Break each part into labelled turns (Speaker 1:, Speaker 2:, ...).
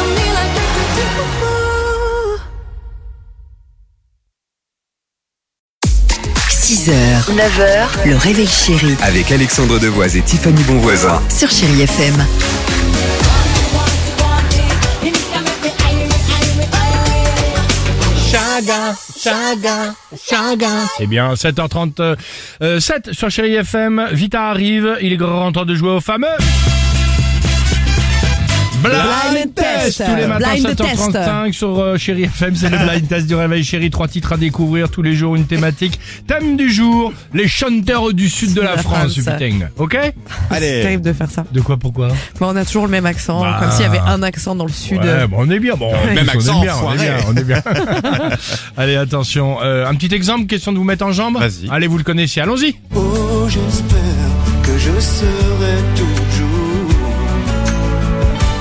Speaker 1: on me like do, do, do, do.
Speaker 2: 6h, 9h, le réveil chéri
Speaker 3: Avec Alexandre Devoise et Tiffany Bonvoisin.
Speaker 2: sur Chérie FM.
Speaker 4: Chaga, chaga, chaga.
Speaker 5: Eh bien, 7h37 euh, sur Chéri FM, Vita arrive, il est grand temps de jouer au fameux... Blind,
Speaker 6: Blind
Speaker 5: test.
Speaker 6: test.
Speaker 5: tous les matins
Speaker 6: Blind
Speaker 5: 7h35 sur euh, Chéri FM, c'est le blind test du réveil Chéri, trois titres à découvrir tous les jours, une thématique, thème du jour, les chanteurs du sud de la
Speaker 6: la
Speaker 5: France,
Speaker 6: France.
Speaker 5: putain. Ok
Speaker 6: C'est
Speaker 4: Allez.
Speaker 6: terrible de faire ça.
Speaker 5: De quoi pourquoi
Speaker 6: Bon, on a toujours le même accent,
Speaker 5: Bah.
Speaker 6: comme s'il y avait un accent dans le sud.
Speaker 5: Ouais, bon, on est bien, bon,
Speaker 4: Même
Speaker 5: on est
Speaker 4: accent,
Speaker 5: bien, on est bien, on est bien. Allez, attention, euh, un petit exemple, question de vous mettre en jambe.
Speaker 4: Vas-y.
Speaker 5: Allez, vous le connaissez, allons-y.
Speaker 7: Oh, j'espère que je serai toujours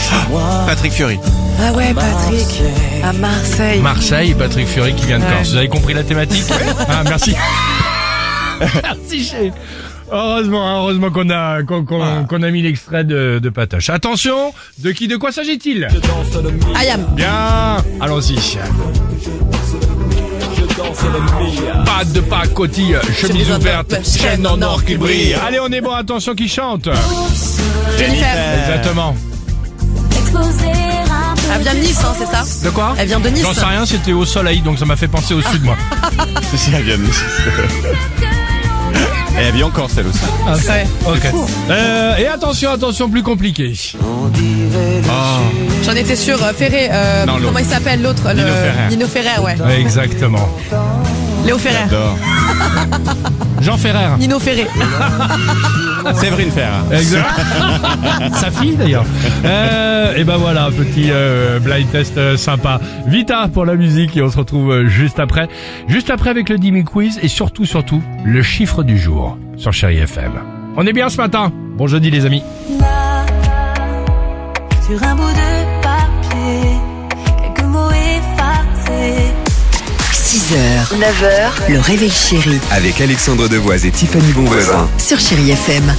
Speaker 7: chez moi.
Speaker 4: Patrick Fury.
Speaker 6: Ah ouais, Patrick,
Speaker 7: Marseille.
Speaker 6: à Marseille.
Speaker 5: Marseille, Patrick Fury qui vient de
Speaker 6: Ouais.
Speaker 5: Corse. Vous avez compris la thématique Ah, Merci. merci, Ah. chef. Heureusement, hein, heureusement qu'on a, qu'on, qu'on- qu'on a mis l'extrait de, de Patoche. Attention, de qui, de quoi s'agit-il
Speaker 6: Ayam.
Speaker 5: Bien, allons-y. Pas de pacotille, chemise
Speaker 6: Chemise
Speaker 5: ouverte,
Speaker 6: ouverte,
Speaker 5: chaîne en or qui brille.
Speaker 6: brille.
Speaker 5: Allez, on est bon, attention qui
Speaker 6: Euh.
Speaker 5: chante.
Speaker 6: Jennifer.
Speaker 5: Exactement.
Speaker 6: Elle vient de Nice, hein, c'est ça
Speaker 5: De quoi
Speaker 6: Elle vient de Nice.
Speaker 5: J'en sais rien, c'était au soleil, donc ça m'a fait penser au sud, moi.
Speaker 4: C'est la gamme. Et elle vit encore celle aussi.
Speaker 6: Ouais.
Speaker 5: Ah, Ok. Euh, et attention, attention, plus compliqué. Ah,
Speaker 6: J'en étais sûre. Euh, Ferré, euh,
Speaker 4: Non, l'autre.
Speaker 6: comment il s'appelle l'autre le-
Speaker 4: Nino Ferrer.
Speaker 6: Nino Ferrer, ouais.
Speaker 5: Ouais, exactement.
Speaker 6: Léo Ferrer.
Speaker 4: J'adore.
Speaker 5: Jean Ferrer.
Speaker 6: Nino Ferrer.
Speaker 4: Séverine Ferrer.
Speaker 5: Sa fille d'ailleurs. Euh, et ben voilà, un petit euh, blind test euh, sympa. Vita pour la musique et on se retrouve euh, juste après. Juste après avec le Dimi Quiz et surtout, surtout, le chiffre du jour sur Chéri FM. On est bien ce matin. Bon jeudi les amis.
Speaker 1: Là, sur un bout de papier, quelques mots effacés.
Speaker 2: 6h, 9h, le réveil chéri
Speaker 3: Avec Alexandre Devoise et Tiffany Bonvoisin.
Speaker 2: sur Chérie FM.